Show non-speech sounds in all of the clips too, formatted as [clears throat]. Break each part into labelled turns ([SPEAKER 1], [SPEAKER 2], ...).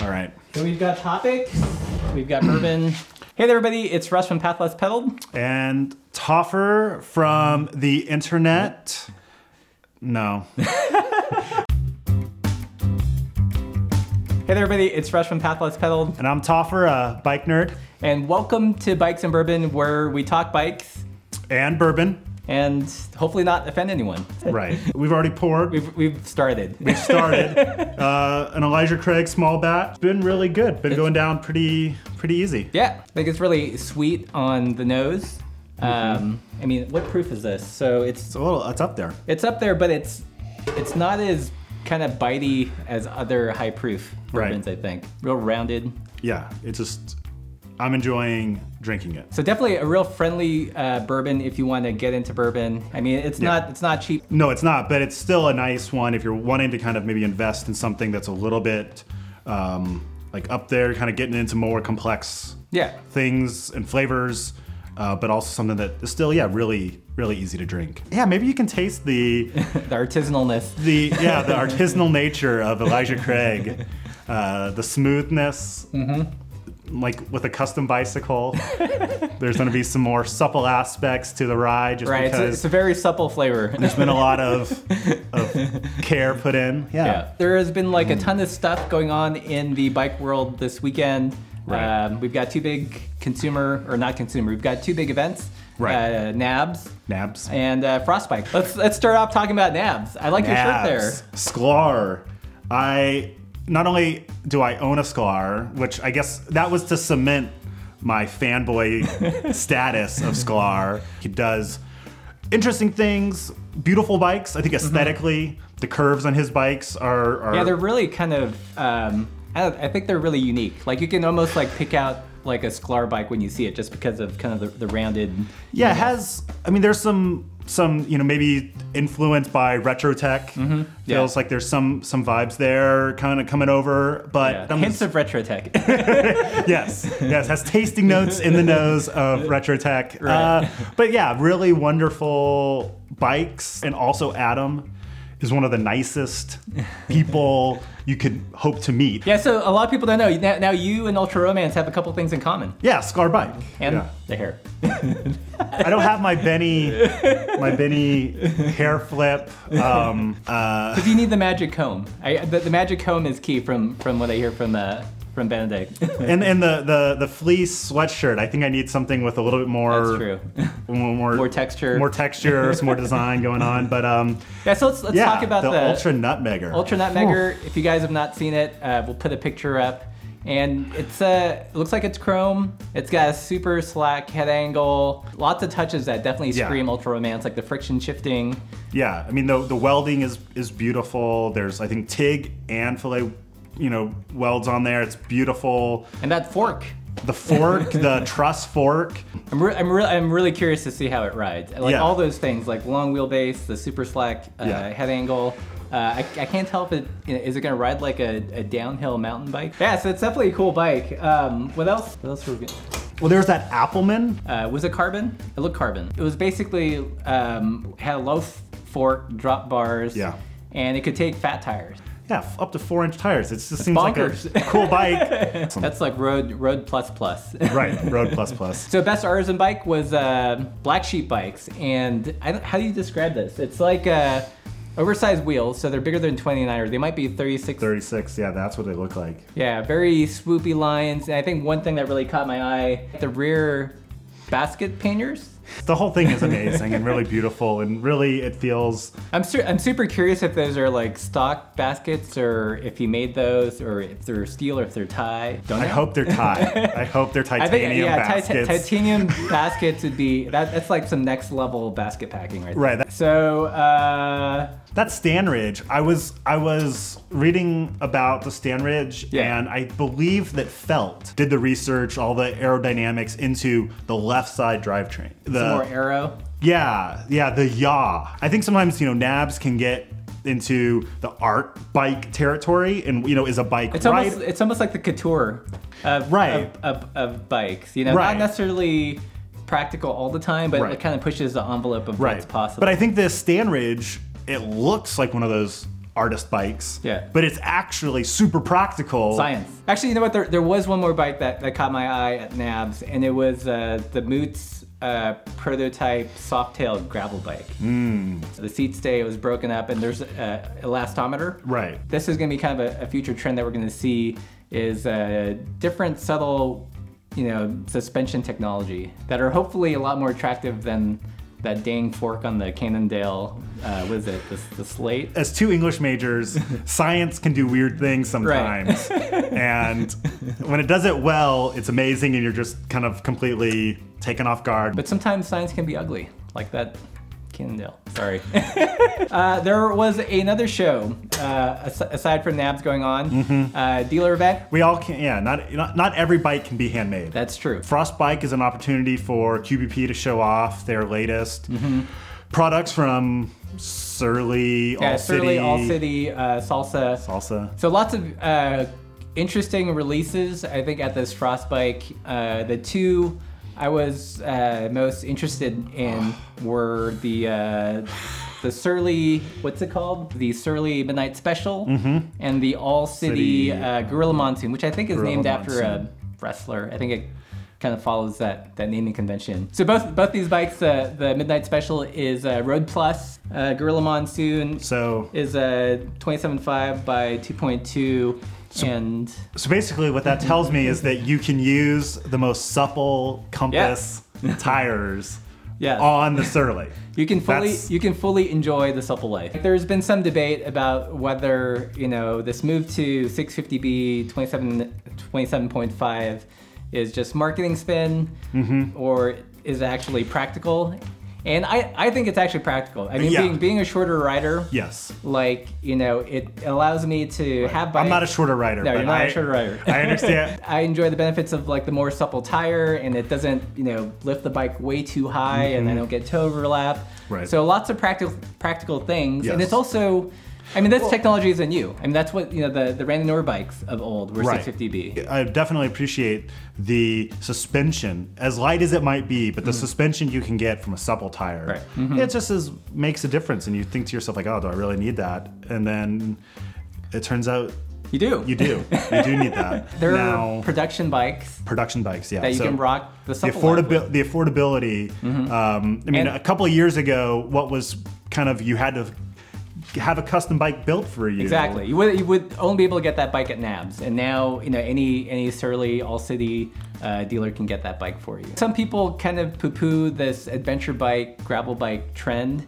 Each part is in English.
[SPEAKER 1] All right.
[SPEAKER 2] So we've got topics. We've got urban. [clears throat] Hey there, everybody. It's Russ from Path Less Pedaled.
[SPEAKER 1] And Toffer from the internet. No.
[SPEAKER 2] Hey there, everybody. It's Russ from Path Less Pedaled.
[SPEAKER 1] And I'm Toffer, a bike nerd
[SPEAKER 2] And welcome to Bikes and Bourbon, where we talk bikes
[SPEAKER 1] and bourbon.
[SPEAKER 2] and hopefully not offend anyone.
[SPEAKER 1] Right. We've already poured. We've
[SPEAKER 2] We've, we've [laughs] started.
[SPEAKER 1] started. [laughs] uh, an Elijah Craig small bat. It's been really good. Been going down pretty pretty easy.
[SPEAKER 2] yeah, I think it's really sweet on the nose. Um, I mean, what proof is this? So it's
[SPEAKER 1] It's a little. It's up there.
[SPEAKER 2] it's up there, but it's it's not as kind of bitey as other high proof
[SPEAKER 1] Right.
[SPEAKER 2] bourbons. I think real rounded.
[SPEAKER 1] Yeah. It's just. I'm enjoying drinking it.
[SPEAKER 2] So definitely a real friendly uh, bourbon if you want to get into bourbon. I mean, it's not it's not cheap.
[SPEAKER 1] No, it's not, but it's still a nice one if you're wanting to kind of maybe invest in something that's a little bit um, like up there, kind of getting into more complex
[SPEAKER 2] Yeah,
[SPEAKER 1] things and flavors, uh, but also something that is still, yeah, really, really easy to drink. Yeah, maybe you can taste the
[SPEAKER 2] the artisanalness.
[SPEAKER 1] [laughs] the yeah the artisanal nature of Elijah Craig, uh, the smoothness. Like with a custom bicycle, there's going to be some more supple aspects to the ride, just
[SPEAKER 2] Right, it's a,
[SPEAKER 1] because
[SPEAKER 2] it's a very
[SPEAKER 1] [laughs]
[SPEAKER 2] supple flavor.
[SPEAKER 1] there's been a lot of,
[SPEAKER 2] [laughs]
[SPEAKER 1] of care put in. Yeah.
[SPEAKER 2] Yeah. There has been like a ton of stuff going on in the bike world this weekend.
[SPEAKER 1] Right.
[SPEAKER 2] Um, we've got two big consumer, or not consumer, we've got two big events.
[SPEAKER 1] Right.
[SPEAKER 2] Uh, NABS
[SPEAKER 1] Nabs.
[SPEAKER 2] and uh, Frostbike. Let's let's start off talking about NABS. I like your shirt
[SPEAKER 1] Nabs. Sklar. I not only do I own a Sklar, which I guess that was to cement my
[SPEAKER 2] [laughs]
[SPEAKER 1] fanboy status of Sklar. He does interesting things, beautiful bikes. I think esthetically the curves on his bikes are, are
[SPEAKER 2] there. Mm-hmm. Yeah, they're really kind of. Um, I, don't, I think they're really unique. Like you can almost like pick out like a Sklar bike when you see it, just because of kind of the, the rounded.
[SPEAKER 1] Yeah, it has. I mean, there's some some you know maybe influenced by retro tech.
[SPEAKER 2] Mm-hmm. yeah.
[SPEAKER 1] Feels like there's some some vibes there kind of coming over, but
[SPEAKER 2] Yeah.
[SPEAKER 1] that
[SPEAKER 2] Hints
[SPEAKER 1] one's-
[SPEAKER 2] of retro tech.
[SPEAKER 1] [laughs] yes, yes, has tasting notes in the nose
[SPEAKER 2] [laughs]
[SPEAKER 1] of retro tech. Uh, but yeah, really wonderful bikes, and also Adam is one of the nicest
[SPEAKER 2] [laughs]
[SPEAKER 1] people you could hope to meet.
[SPEAKER 2] yeah, so a lot of people don't know. Now, now you and Ultra Romance have a couple things in common,
[SPEAKER 1] Yeah, Scar bike.
[SPEAKER 2] and
[SPEAKER 1] Yeah.
[SPEAKER 2] the hair.
[SPEAKER 1] I don't have my Benny, my Benny hair flip. Um, uh,
[SPEAKER 2] Do you need the magic comb? I, the, the magic comb is key from from what I hear from uh, from Benedict. [laughs]
[SPEAKER 1] And and the the the fleece sweatshirt. I think I need something with a little bit more.
[SPEAKER 2] That's true. [laughs]
[SPEAKER 1] More, more,
[SPEAKER 2] More texture.
[SPEAKER 1] More texture. some more design going on. But um,
[SPEAKER 2] Yeah, so let's let's
[SPEAKER 1] yeah.
[SPEAKER 2] talk about
[SPEAKER 1] the,
[SPEAKER 2] the,
[SPEAKER 1] ultra nutmegger.
[SPEAKER 2] Ultra Nutmegger. If you guys have not seen it, uh, we'll put a picture up. And it's uh, it looks like it's chrome. It's got a super slack head angle. Lots of touches that definitely
[SPEAKER 1] Yeah.
[SPEAKER 2] scream ultra romance, like the friction shifting.
[SPEAKER 1] Yeah, I mean the the welding is is beautiful. There's I think TIG and fillet, you know, welds on there. It's beautiful.
[SPEAKER 2] And that fork.
[SPEAKER 1] The
[SPEAKER 2] [laughs]
[SPEAKER 1] fork, the truss fork.
[SPEAKER 2] I'm, re- I'm, re- I'm really curious to see how it rides. Like
[SPEAKER 1] Yeah.
[SPEAKER 2] all those things, like long wheelbase, the super slack uh,
[SPEAKER 1] Yeah.
[SPEAKER 2] head angle. Uh, I, I can't tell if it you know, is it gonna ride like a, a downhill mountain bike. Yeah, so it's definitely a cool bike. Um, what else? What else were we gonna?
[SPEAKER 1] Well, there's that Appleman.
[SPEAKER 2] uh, was it carbon? It looked carbon. It was basically um, had a low f- fork, drop bars,
[SPEAKER 1] Yeah.
[SPEAKER 2] and it could take fat tires.
[SPEAKER 1] Yeah, f- up to four inch tires. It just seems like a
[SPEAKER 2] bonkers.
[SPEAKER 1] cool bike.
[SPEAKER 2] [laughs] That's like road road plus plus. [laughs]
[SPEAKER 1] right, road plus plus.
[SPEAKER 2] so best artisan bike was uh, black sheep bikes, and I don't, how do you describe this? It's like uh, oversized wheels, so they're bigger than 29ers. They might be 36.
[SPEAKER 1] 36. Yeah, that's what they look like.
[SPEAKER 2] Yeah, very swoopy lines. And I think one thing that really caught my eye: the rear basket painters.
[SPEAKER 1] The whole thing is amazing and really beautiful, and really it feels
[SPEAKER 2] I'm su- I'm super curious if those are like stock baskets or if he made those or if they're steel or if they're tie. Don't
[SPEAKER 1] I
[SPEAKER 2] know.
[SPEAKER 1] hope they're Thai. I hope they're
[SPEAKER 2] [laughs] I
[SPEAKER 1] titanium
[SPEAKER 2] think yeah, ti- ti-
[SPEAKER 1] baskets. [laughs]
[SPEAKER 2] titanium baskets would be that, that's like some next level basket packing right there.
[SPEAKER 1] Right, that-
[SPEAKER 2] so uh,
[SPEAKER 1] That's Stanridge. I was I was reading about the Stanridge,
[SPEAKER 2] Yeah.
[SPEAKER 1] and I believe that Felt did the research, all the aerodynamics into the left side drivetrain. The
[SPEAKER 2] some more arrow.
[SPEAKER 1] yeah, yeah, the yaw. I think sometimes you know nabs can get into the art bike territory, and you know is a bike
[SPEAKER 2] It's
[SPEAKER 1] right?
[SPEAKER 2] almost it's almost like the couture of
[SPEAKER 1] Right.
[SPEAKER 2] of, of, of bikes. You know,
[SPEAKER 1] Right.
[SPEAKER 2] not necessarily practical all the time, but
[SPEAKER 1] Right.
[SPEAKER 2] it kind of pushes the envelope of what's possible.
[SPEAKER 1] But I think this Stanridge, it looks like one of those artist bikes.
[SPEAKER 2] Yeah.
[SPEAKER 1] But it's actually super practical.
[SPEAKER 2] Science. Actually, you know what? There, there was one more bike that, that caught my eye at NABS, and it was uh, the Moots uh, prototype softtail gravel bike. So the seat stay was broken up, and there's uh, elastometer.
[SPEAKER 1] Right.
[SPEAKER 2] This is going to be kind of a, a future trend that we're going to see is uh, different subtle, you know, suspension technology that are hopefully a lot more attractive than that dang fork on the Cannondale. Uh, what is it? The, the slate.
[SPEAKER 1] As two English
[SPEAKER 2] [laughs]
[SPEAKER 1] majors, science can do weird things sometimes. and when it does it well, it's amazing and you're just kind of completely taken off guard.
[SPEAKER 2] But sometimes signs can be ugly, like that Cannondale. Sorry. uh, there was another show, uh, as- aside from NABS going on, uh, dealer event.
[SPEAKER 1] we all can yeah, not not, not every bike can be handmade.
[SPEAKER 2] That's true.
[SPEAKER 1] Frostbike is an opportunity for QBP to show off their latest
[SPEAKER 2] Mm-hmm.
[SPEAKER 1] products from Surly,
[SPEAKER 2] Yeah,
[SPEAKER 1] All
[SPEAKER 2] Surly,
[SPEAKER 1] City,
[SPEAKER 2] All City, uh, Salsa.
[SPEAKER 1] Salsa.
[SPEAKER 2] So lots of uh, interesting releases, I think, at this Frostbike. Uh, the two I was uh, most interested
[SPEAKER 1] [sighs]
[SPEAKER 2] in were the uh, the Surly, what's it called? The Surly Midnight Special, and the All City,
[SPEAKER 1] Mm-hmm. City,
[SPEAKER 2] uh, Gorilla Monsoon, which I think is
[SPEAKER 1] Gorilla
[SPEAKER 2] named after a
[SPEAKER 1] Monsoon.
[SPEAKER 2] wrestler. I think it kind of follows that that naming convention. So both both these bikes, uh, the Midnight Special is uh, Road Plus, uh, Gorilla Monsoon
[SPEAKER 1] So
[SPEAKER 2] is a 27.5 by 2.2 and
[SPEAKER 1] So basically, what that tells me is that you can use the most supple
[SPEAKER 2] [laughs]
[SPEAKER 1] compass tires
[SPEAKER 2] yeah
[SPEAKER 1] on the Surly.
[SPEAKER 2] you can fully
[SPEAKER 1] that's-
[SPEAKER 2] you can fully enjoy the supple life there's been some debate about whether you know this move to 650b 27 27.5 is just marketing spin
[SPEAKER 1] Mm-hmm.
[SPEAKER 2] or is it actually practical and I, I think it's actually practical. I mean,
[SPEAKER 1] Yeah.
[SPEAKER 2] being, being a shorter rider,
[SPEAKER 1] Yes.
[SPEAKER 2] like, you know, it allows me to have bikes.
[SPEAKER 1] I'm not a shorter rider.
[SPEAKER 2] No,
[SPEAKER 1] but
[SPEAKER 2] you're not
[SPEAKER 1] I,
[SPEAKER 2] a shorter rider.
[SPEAKER 1] I
[SPEAKER 2] [laughs]
[SPEAKER 1] understand.
[SPEAKER 2] I enjoy the benefits of like the more supple tire, and it doesn't, you know, lift the bike way too high, and I don't get toe overlap.
[SPEAKER 1] Mm-hmm. Right.
[SPEAKER 2] So lots of practical practical things, and
[SPEAKER 1] Yes.
[SPEAKER 2] it's also, I mean, this technology isn't new. I mean, that's what you know the the Randy Nor bikes of old were
[SPEAKER 1] Right.
[SPEAKER 2] 650B.
[SPEAKER 1] I definitely appreciate the suspension, as light as it might be, but the suspension you can get from a supple tire,
[SPEAKER 2] Mm-hmm. Right. Mm-hmm.
[SPEAKER 1] it just is makes a difference. And you think to yourself like, "Oh, do I really need that?" And then it turns out
[SPEAKER 2] You do.
[SPEAKER 1] you do. you do need that.
[SPEAKER 2] [laughs] There
[SPEAKER 1] now,
[SPEAKER 2] are production bikes
[SPEAKER 1] production bikes, yeah.
[SPEAKER 2] that you
[SPEAKER 1] so-
[SPEAKER 2] can rock the
[SPEAKER 1] the
[SPEAKER 2] supple. life with.
[SPEAKER 1] affordability. The affordability. Um, I mean,
[SPEAKER 2] And-
[SPEAKER 1] a couple of years ago, what was kind of you had to have a custom bike built for you.
[SPEAKER 2] Exactly. You would you would only be able to get that bike at Nabs, and now you know any any Surly All City uh, dealer can get that bike for you. Some people kind of poo-poo this adventure bike, gravel bike trend,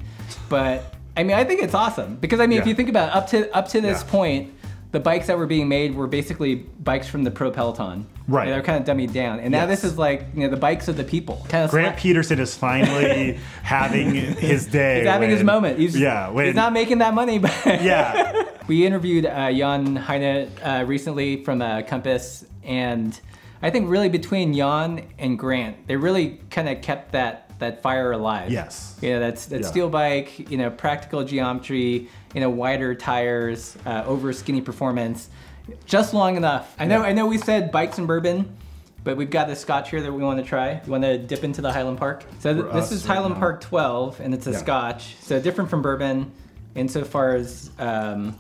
[SPEAKER 2] but I mean I think it's awesome because I mean if
[SPEAKER 1] Yeah.
[SPEAKER 2] you think about it, up to up to this
[SPEAKER 1] Yeah.
[SPEAKER 2] point. The bikes that were being made were basically bikes from the pro peloton.
[SPEAKER 1] Right.
[SPEAKER 2] And they're kind of dummied down, and now
[SPEAKER 1] Yes.
[SPEAKER 2] this is like you know the bikes of the people. Kind of
[SPEAKER 1] Grant Peterson is finally
[SPEAKER 2] [laughs]
[SPEAKER 1] having his day.
[SPEAKER 2] he's having his
[SPEAKER 1] when-
[SPEAKER 2] moment. He's,
[SPEAKER 1] yeah. When,
[SPEAKER 2] he's not making that money, but [laughs]
[SPEAKER 1] yeah.
[SPEAKER 2] We interviewed uh, Jan Heine uh, recently from uh, Compass, and I think really between Jan and Grant, they really kind of kept that that fire alive.
[SPEAKER 1] Yes.
[SPEAKER 2] You know, that's that
[SPEAKER 1] Yeah.
[SPEAKER 2] steel bike, you know, practical geometry, you know, wider tires, uh, over skinny performance, just long enough. I know, I know, we said bikes and bourbon. But we've got this scotch here that we want to try. You want to dip into the Highland Park? So th-
[SPEAKER 1] For
[SPEAKER 2] this
[SPEAKER 1] us
[SPEAKER 2] is
[SPEAKER 1] right
[SPEAKER 2] Highland
[SPEAKER 1] now.
[SPEAKER 2] Park 12, and it's a
[SPEAKER 1] Yeah.
[SPEAKER 2] scotch. So different from bourbon insofar as, um,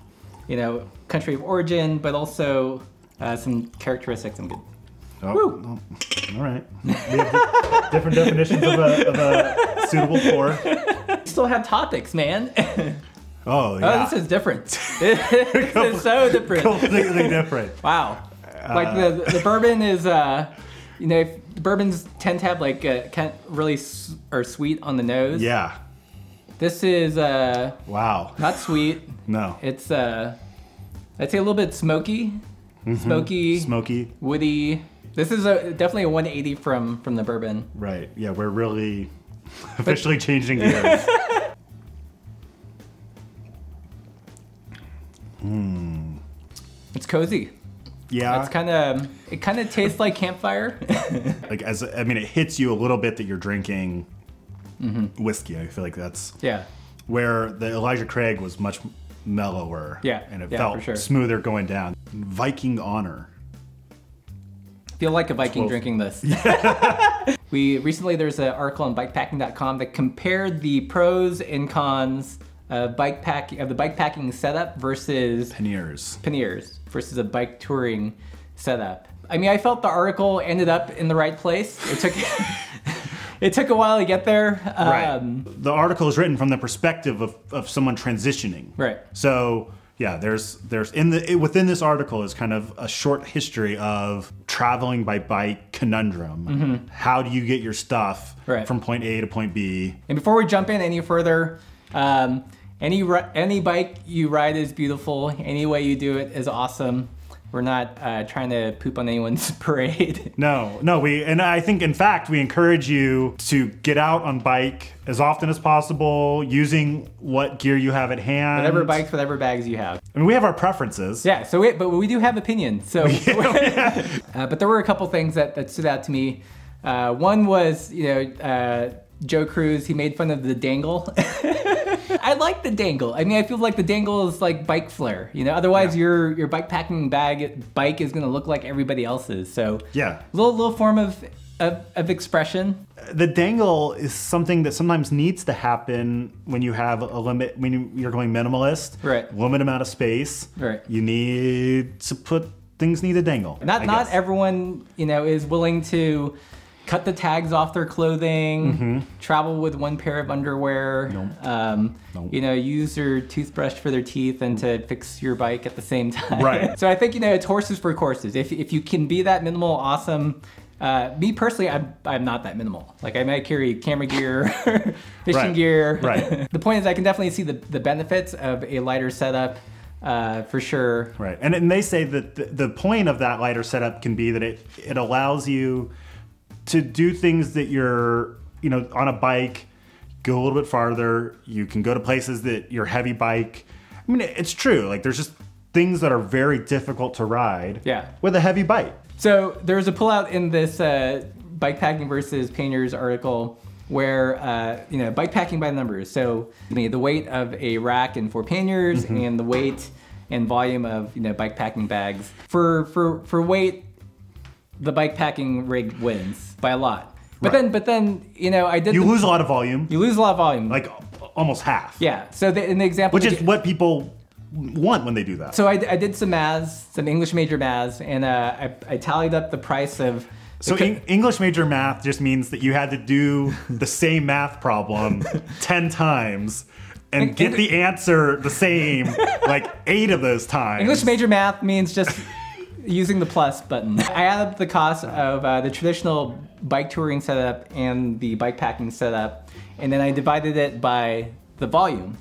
[SPEAKER 2] you know, country of origin, but also uh, some characteristics and good.
[SPEAKER 1] Oh,
[SPEAKER 2] Woo.
[SPEAKER 1] oh, all right. We have different definitions of a, of a suitable pour.
[SPEAKER 2] We still have topics, man. [laughs]
[SPEAKER 1] Oh
[SPEAKER 2] oh,
[SPEAKER 1] yeah.
[SPEAKER 2] this is different. [laughs] this is so
[SPEAKER 1] [laughs]
[SPEAKER 2] different.
[SPEAKER 1] completely different.
[SPEAKER 2] Wow.
[SPEAKER 1] Uh,
[SPEAKER 2] Like the, the bourbon is, uh, you know, if bourbons tend to have like uh, kind of really s- are sweet on the nose.
[SPEAKER 1] Yeah.
[SPEAKER 2] This is uh,
[SPEAKER 1] Wow.
[SPEAKER 2] not sweet.
[SPEAKER 1] No.
[SPEAKER 2] It's uh, I'd say a little bit smoky, smoky,
[SPEAKER 1] Mm-hmm. Smoky.
[SPEAKER 2] woody. This is a definitely a 180 from from the bourbon.
[SPEAKER 1] Right. Yeah. We're really officially changing
[SPEAKER 2] [laughs]
[SPEAKER 1] gears.
[SPEAKER 2] It's cozy.
[SPEAKER 1] Yeah.
[SPEAKER 2] It's kind of it kind of tastes like campfire.
[SPEAKER 1] like as I mean, it hits you a little bit that you're drinking whiskey. I feel like that's
[SPEAKER 2] yeah.
[SPEAKER 1] where the Elijah Craig was much mellower.
[SPEAKER 2] Yeah,
[SPEAKER 1] and it
[SPEAKER 2] yeah, for
[SPEAKER 1] felt
[SPEAKER 2] sure.
[SPEAKER 1] smoother going down. Viking honor.
[SPEAKER 2] Feel like a Viking
[SPEAKER 1] Twelve.
[SPEAKER 2] drinking this. [laughs] we recently there's an article on bikepacking.com that compared the pros and cons uh, bike pack of the bike packing setup versus
[SPEAKER 1] Panniers.
[SPEAKER 2] panniers versus a bike touring setup. I mean, I felt the article ended up in the right place. It took [laughs] it took a while to get there. Um,
[SPEAKER 1] the article is written from the perspective of, of someone transitioning.
[SPEAKER 2] Right.
[SPEAKER 1] So yeah, there's there's in the it, within this article is kind of a short history of traveling by bike conundrum. How do you get your stuff
[SPEAKER 2] Mm-hmm. Right.
[SPEAKER 1] from point A to point B?
[SPEAKER 2] And before we jump in any further, um, any ri- any bike you ride is beautiful. Any way you do it is awesome. We're not uh, trying to poop on anyone's [laughs] parade.
[SPEAKER 1] No, no, we and I think in fact we encourage you to get out on bike as often as possible using what gear you have at hand.
[SPEAKER 2] whatever bikes, whatever bags you have.
[SPEAKER 1] I mean, we have our preferences. [laughs]
[SPEAKER 2] Yeah. So, we, but we do have opinions. So, [laughs] uh, but there were a couple things that, that stood out to me. Uh, one was, you know, uh, Joe Cruz. He made fun of the dangle. [laughs] I like the dangle. I mean, I feel like the dangle is like bike flair. You know, otherwise your your bike packing bag bike is gonna look like everybody else's. So
[SPEAKER 1] Yeah.
[SPEAKER 2] little little form of of, of expression.
[SPEAKER 1] the dangle is something that sometimes needs to happen when you have a limit when you- you're going minimalist
[SPEAKER 2] Right.
[SPEAKER 1] limited amount of space
[SPEAKER 2] Right.
[SPEAKER 1] you need to put things need to dangle
[SPEAKER 2] Not
[SPEAKER 1] I
[SPEAKER 2] not
[SPEAKER 1] guess.
[SPEAKER 2] everyone you know is willing to cut the tags off their clothing,
[SPEAKER 1] Mm-hmm.
[SPEAKER 2] travel with one pair of underwear, um,
[SPEAKER 1] Nope.
[SPEAKER 2] you know, use your toothbrush for their teeth and to fix your bike at the same time.
[SPEAKER 1] Right.
[SPEAKER 2] [laughs] so I think you know it's horses for courses. If if you can be that minimal, awesome. Uh, me personally, I'm I'm not that minimal. Like I might carry camera gear, [laughs] fishing
[SPEAKER 1] Right.
[SPEAKER 2] gear.
[SPEAKER 1] Right.
[SPEAKER 2] [laughs] the point is, I can definitely see the the benefits of a lighter setup, uh, for sure.
[SPEAKER 1] right and, and they say that the, the point of that lighter setup can be that it it allows you to do things that you're you know on a bike go a little bit farther you can go to places that your heavy bike i mean it's true like there's just things that are very difficult to ride
[SPEAKER 2] Yeah.
[SPEAKER 1] with a heavy bike
[SPEAKER 2] So there was a pullout in this uh, bikepacking versus painters article where uh, you know bikepacking by numbers. So I mean, the weight of a rack and four panniers,
[SPEAKER 1] Mm-hmm.
[SPEAKER 2] and the weight and volume of you know bikepacking bags. For for for weight, the bikepacking rig wins by a lot. But
[SPEAKER 1] Right.
[SPEAKER 2] then but then you know I did
[SPEAKER 1] you
[SPEAKER 2] the-
[SPEAKER 1] lose a lot of volume
[SPEAKER 2] you lose a lot of volume.
[SPEAKER 1] like almost half.
[SPEAKER 2] yeah. So the, in the example,
[SPEAKER 1] Which
[SPEAKER 2] they
[SPEAKER 1] is
[SPEAKER 2] gi-
[SPEAKER 1] what people want when they do that.
[SPEAKER 2] So I, I did some maths, some English major maths, and uh, I, I tallied up the price of. the
[SPEAKER 1] So
[SPEAKER 2] co-
[SPEAKER 1] Eng- English major math just means that you had to do the same math problem 10 times and get the answer the same like 8 of those times.
[SPEAKER 2] English major math means just using the plus button. I added up the cost of uh, the traditional bike touring setup and the bike packing setup, and then I divided it by the volume,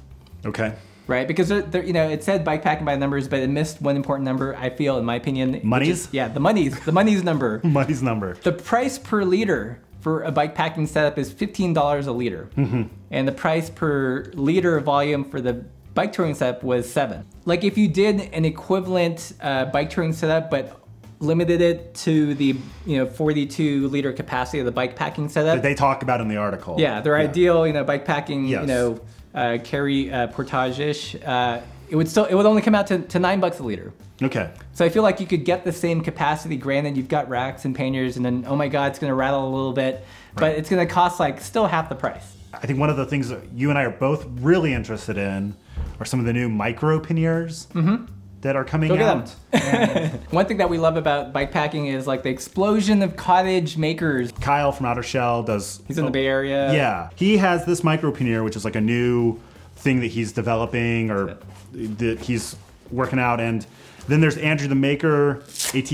[SPEAKER 1] okay.
[SPEAKER 2] right? Because there, there, you know it said bike packing by numbers, but it missed one important number. I feel, in my opinion, which is-
[SPEAKER 1] Monies?
[SPEAKER 2] yeah, the monies, the monies number.
[SPEAKER 1] Money's number.
[SPEAKER 2] The price per liter for a bike packing setup is fifteen dollars a liter,
[SPEAKER 1] Mm-hmm.
[SPEAKER 2] and the price per liter volume for the bike touring setup was seven. Like if you did an equivalent uh, bike touring setup, but limited it to the you know forty-two liter capacity of the bike packing setup.
[SPEAKER 1] That they talk about in the article.
[SPEAKER 2] yeah, their ideal you know bike packing
[SPEAKER 1] Yes.
[SPEAKER 2] you know uh, carry uh, portage ish. Uh, it would still it would only come out to, to nine bucks a liter.
[SPEAKER 1] Okay.
[SPEAKER 2] So I feel like you could get the same capacity. Granted, you've got racks and panniers, and then oh my god, it's gonna rattle a little bit, but it's gonna cost like still half the price.
[SPEAKER 1] I think one of the things that you and I are both really interested in are some of the new micro panniers that are coming
[SPEAKER 2] Look
[SPEAKER 1] out.
[SPEAKER 2] at Mm-hmm. them. [laughs] One thing that we love about bikepacking is like the explosion of cottage makers.
[SPEAKER 1] Kyle from Outer Shell does
[SPEAKER 2] He's in the Bay Area.
[SPEAKER 1] Oh, Yeah, he has this micro pannier, which is like a new thing that he's developing or that he's working out. And then there's Andrew the Maker, AT,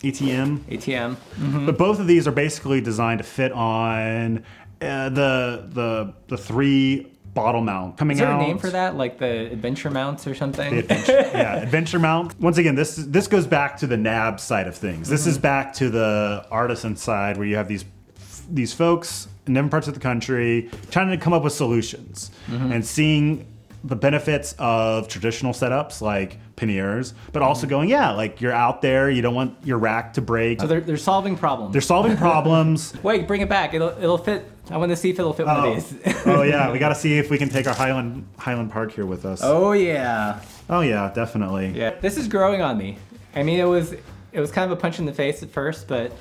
[SPEAKER 1] ATM.
[SPEAKER 2] ATM.
[SPEAKER 1] But both of these are basically designed to fit on uh, the the the three bottle mount coming
[SPEAKER 2] Is there
[SPEAKER 1] out.
[SPEAKER 2] a name for that? Like the adventure mounts or something?
[SPEAKER 1] Adventure, yeah, adventure mount. Once again, this this goes back to the NAB side of things. This is back to the artisan side where you have these these folks in different parts of the country trying to come up with solutions and seeing the benefits of traditional setups like panniers, but also going, yeah, like you're out there, you don't want your rack to break.
[SPEAKER 2] so they're, they're solving problems.
[SPEAKER 1] they're solving problems.
[SPEAKER 2] Wait, bring it back. It'll it'll fit. I want to see if it'll fit one
[SPEAKER 1] Oh,
[SPEAKER 2] of these. [laughs]
[SPEAKER 1] oh yeah, we got to see if we can take our Highland Highland Park here with us. Oh,
[SPEAKER 2] oh yeah.
[SPEAKER 1] yeah, definitely.
[SPEAKER 2] Yeah, this is growing on me. I mean, it was it was kind of a punch in the face at first, but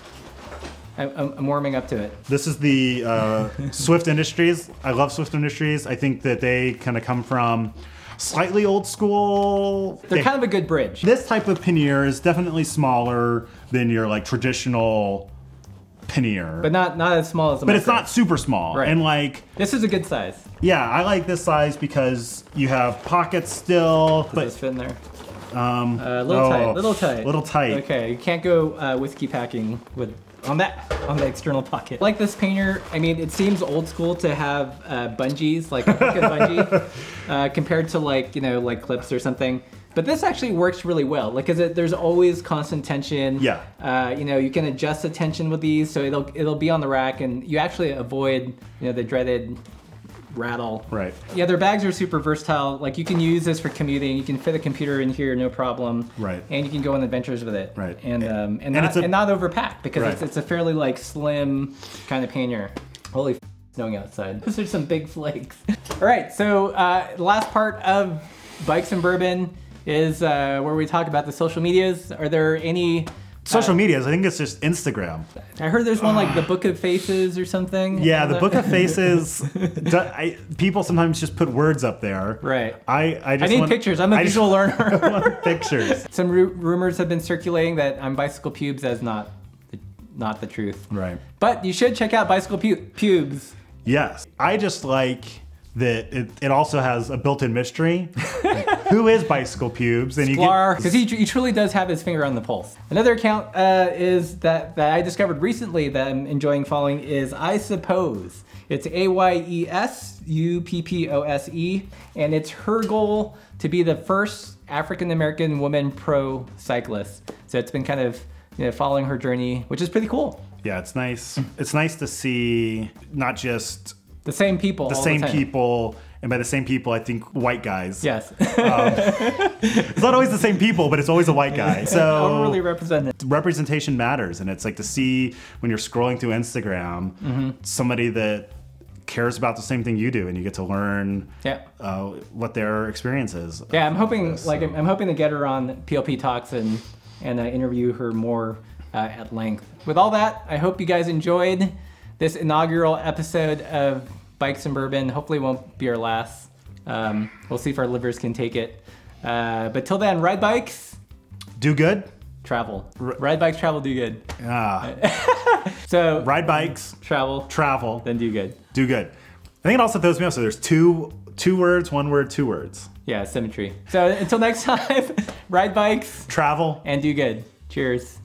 [SPEAKER 2] I'm, I'm I'm warming up to it.
[SPEAKER 1] This is the uh, Swift Industries. I love Swift Industries. I think that they kind of come from slightly old school.
[SPEAKER 2] They're
[SPEAKER 1] They-
[SPEAKER 2] kind of a good bridge.
[SPEAKER 1] this type of pannier is definitely smaller than your like traditional pannier,
[SPEAKER 2] but not not as small as the
[SPEAKER 1] but it's
[SPEAKER 2] micro.
[SPEAKER 1] not super small.
[SPEAKER 2] Right.
[SPEAKER 1] And like,
[SPEAKER 2] This is a good size.
[SPEAKER 1] yeah, I like this size because you have pockets still,
[SPEAKER 2] Does this
[SPEAKER 1] but
[SPEAKER 2] fit in there?
[SPEAKER 1] um,
[SPEAKER 2] Uh, little
[SPEAKER 1] oh,
[SPEAKER 2] tight, little tight,
[SPEAKER 1] little tight.
[SPEAKER 2] Okay, you can't go uh, whiskey packing with on that on the external pocket. Like this painter, I mean, it seems old school to have uh, bungees, like a hook [laughs] and bungee, uh, compared to like you know like clips or something. But this actually works really well, like because there's always constant tension.
[SPEAKER 1] Yeah.
[SPEAKER 2] Uh, you know, you can adjust the tension with these, so it'll it'll be on the rack, and you actually avoid you know the dreaded rattle.
[SPEAKER 1] Right.
[SPEAKER 2] Yeah, their bags are super versatile. Like you can use this for commuting. You can fit a computer in here, no problem.
[SPEAKER 1] Right.
[SPEAKER 2] And you can go on adventures with it.
[SPEAKER 1] Right.
[SPEAKER 2] And um, and,
[SPEAKER 1] And
[SPEAKER 2] not,
[SPEAKER 1] it's a-
[SPEAKER 2] and not overpacked because
[SPEAKER 1] Right.
[SPEAKER 2] it's, it's a fairly like slim kind of pannier. Holy f- it's snowing outside. [laughs] Those are some big flakes. [laughs] All right. So uh, the last part of bikes and bourbon is uh, where we talk about the social medias. Are there any?
[SPEAKER 1] Social medias, I think it's just Instagram.
[SPEAKER 2] I heard there's one like the Book of Faces or something.
[SPEAKER 1] Yeah,
[SPEAKER 2] Is
[SPEAKER 1] the
[SPEAKER 2] that-
[SPEAKER 1] Book of
[SPEAKER 2] [laughs]
[SPEAKER 1] Faces. do- I, people sometimes just put words up there.
[SPEAKER 2] Right.
[SPEAKER 1] I I just
[SPEAKER 2] I need
[SPEAKER 1] want,
[SPEAKER 2] pictures. I'm a
[SPEAKER 1] I just
[SPEAKER 2] visual learner.
[SPEAKER 1] [laughs]
[SPEAKER 2] [laughs]
[SPEAKER 1] want pictures.
[SPEAKER 2] Some ru- rumors have been circulating that um, bicycle pubes as not the, not the truth.
[SPEAKER 1] Right.
[SPEAKER 2] But you should check out bicycle pu- pubes.
[SPEAKER 1] Yes. I just like that it, it also has a built-in mystery. [laughs] Who is Bicycle Pubes? And you
[SPEAKER 2] because he, tr- he truly does have his finger on the pulse. Another account uh, is that that I discovered recently that I'm enjoying following is I suppose it's A Y E S U P P O S E, and it's her goal to be the first African American woman pro cyclist. So it's been kind of you know, following her journey, which is pretty cool.
[SPEAKER 1] get yeah, it's nice. It's nice to see not just
[SPEAKER 2] The same people.
[SPEAKER 1] the
[SPEAKER 2] all
[SPEAKER 1] same
[SPEAKER 2] time.
[SPEAKER 1] people, and by the same people, I think white guys.
[SPEAKER 2] Yes. [laughs]
[SPEAKER 1] It's not always the same people, but it's always a white guy. So
[SPEAKER 2] overly represented.
[SPEAKER 1] representation matters and it's like to see when you're scrolling through instagram somebody that cares about the same thing you do and you get to learn
[SPEAKER 2] Yeah.
[SPEAKER 1] uh, what their experience is
[SPEAKER 2] Yeah, I'm hoping like I'm, I'm hoping to get her on PLP talks and and uh, interview her more uh, at length. With all that, I hope you guys enjoyed this inaugural episode of Bikes and Bourbon. Hopefully, it won't be our last. Um, we'll see if our livers can take it. Uh, but till then, ride bikes,
[SPEAKER 1] do good
[SPEAKER 2] travel. ride bikes, travel, do good.
[SPEAKER 1] Ah,
[SPEAKER 2] So
[SPEAKER 1] ride bikes
[SPEAKER 2] travel,
[SPEAKER 1] travel
[SPEAKER 2] then do good.
[SPEAKER 1] do good i think it also throws me off so there's two two words one word two words
[SPEAKER 2] [laughs] Yeah, symmetry. So until next time, ride bikes
[SPEAKER 1] travel
[SPEAKER 2] and do good. Cheers.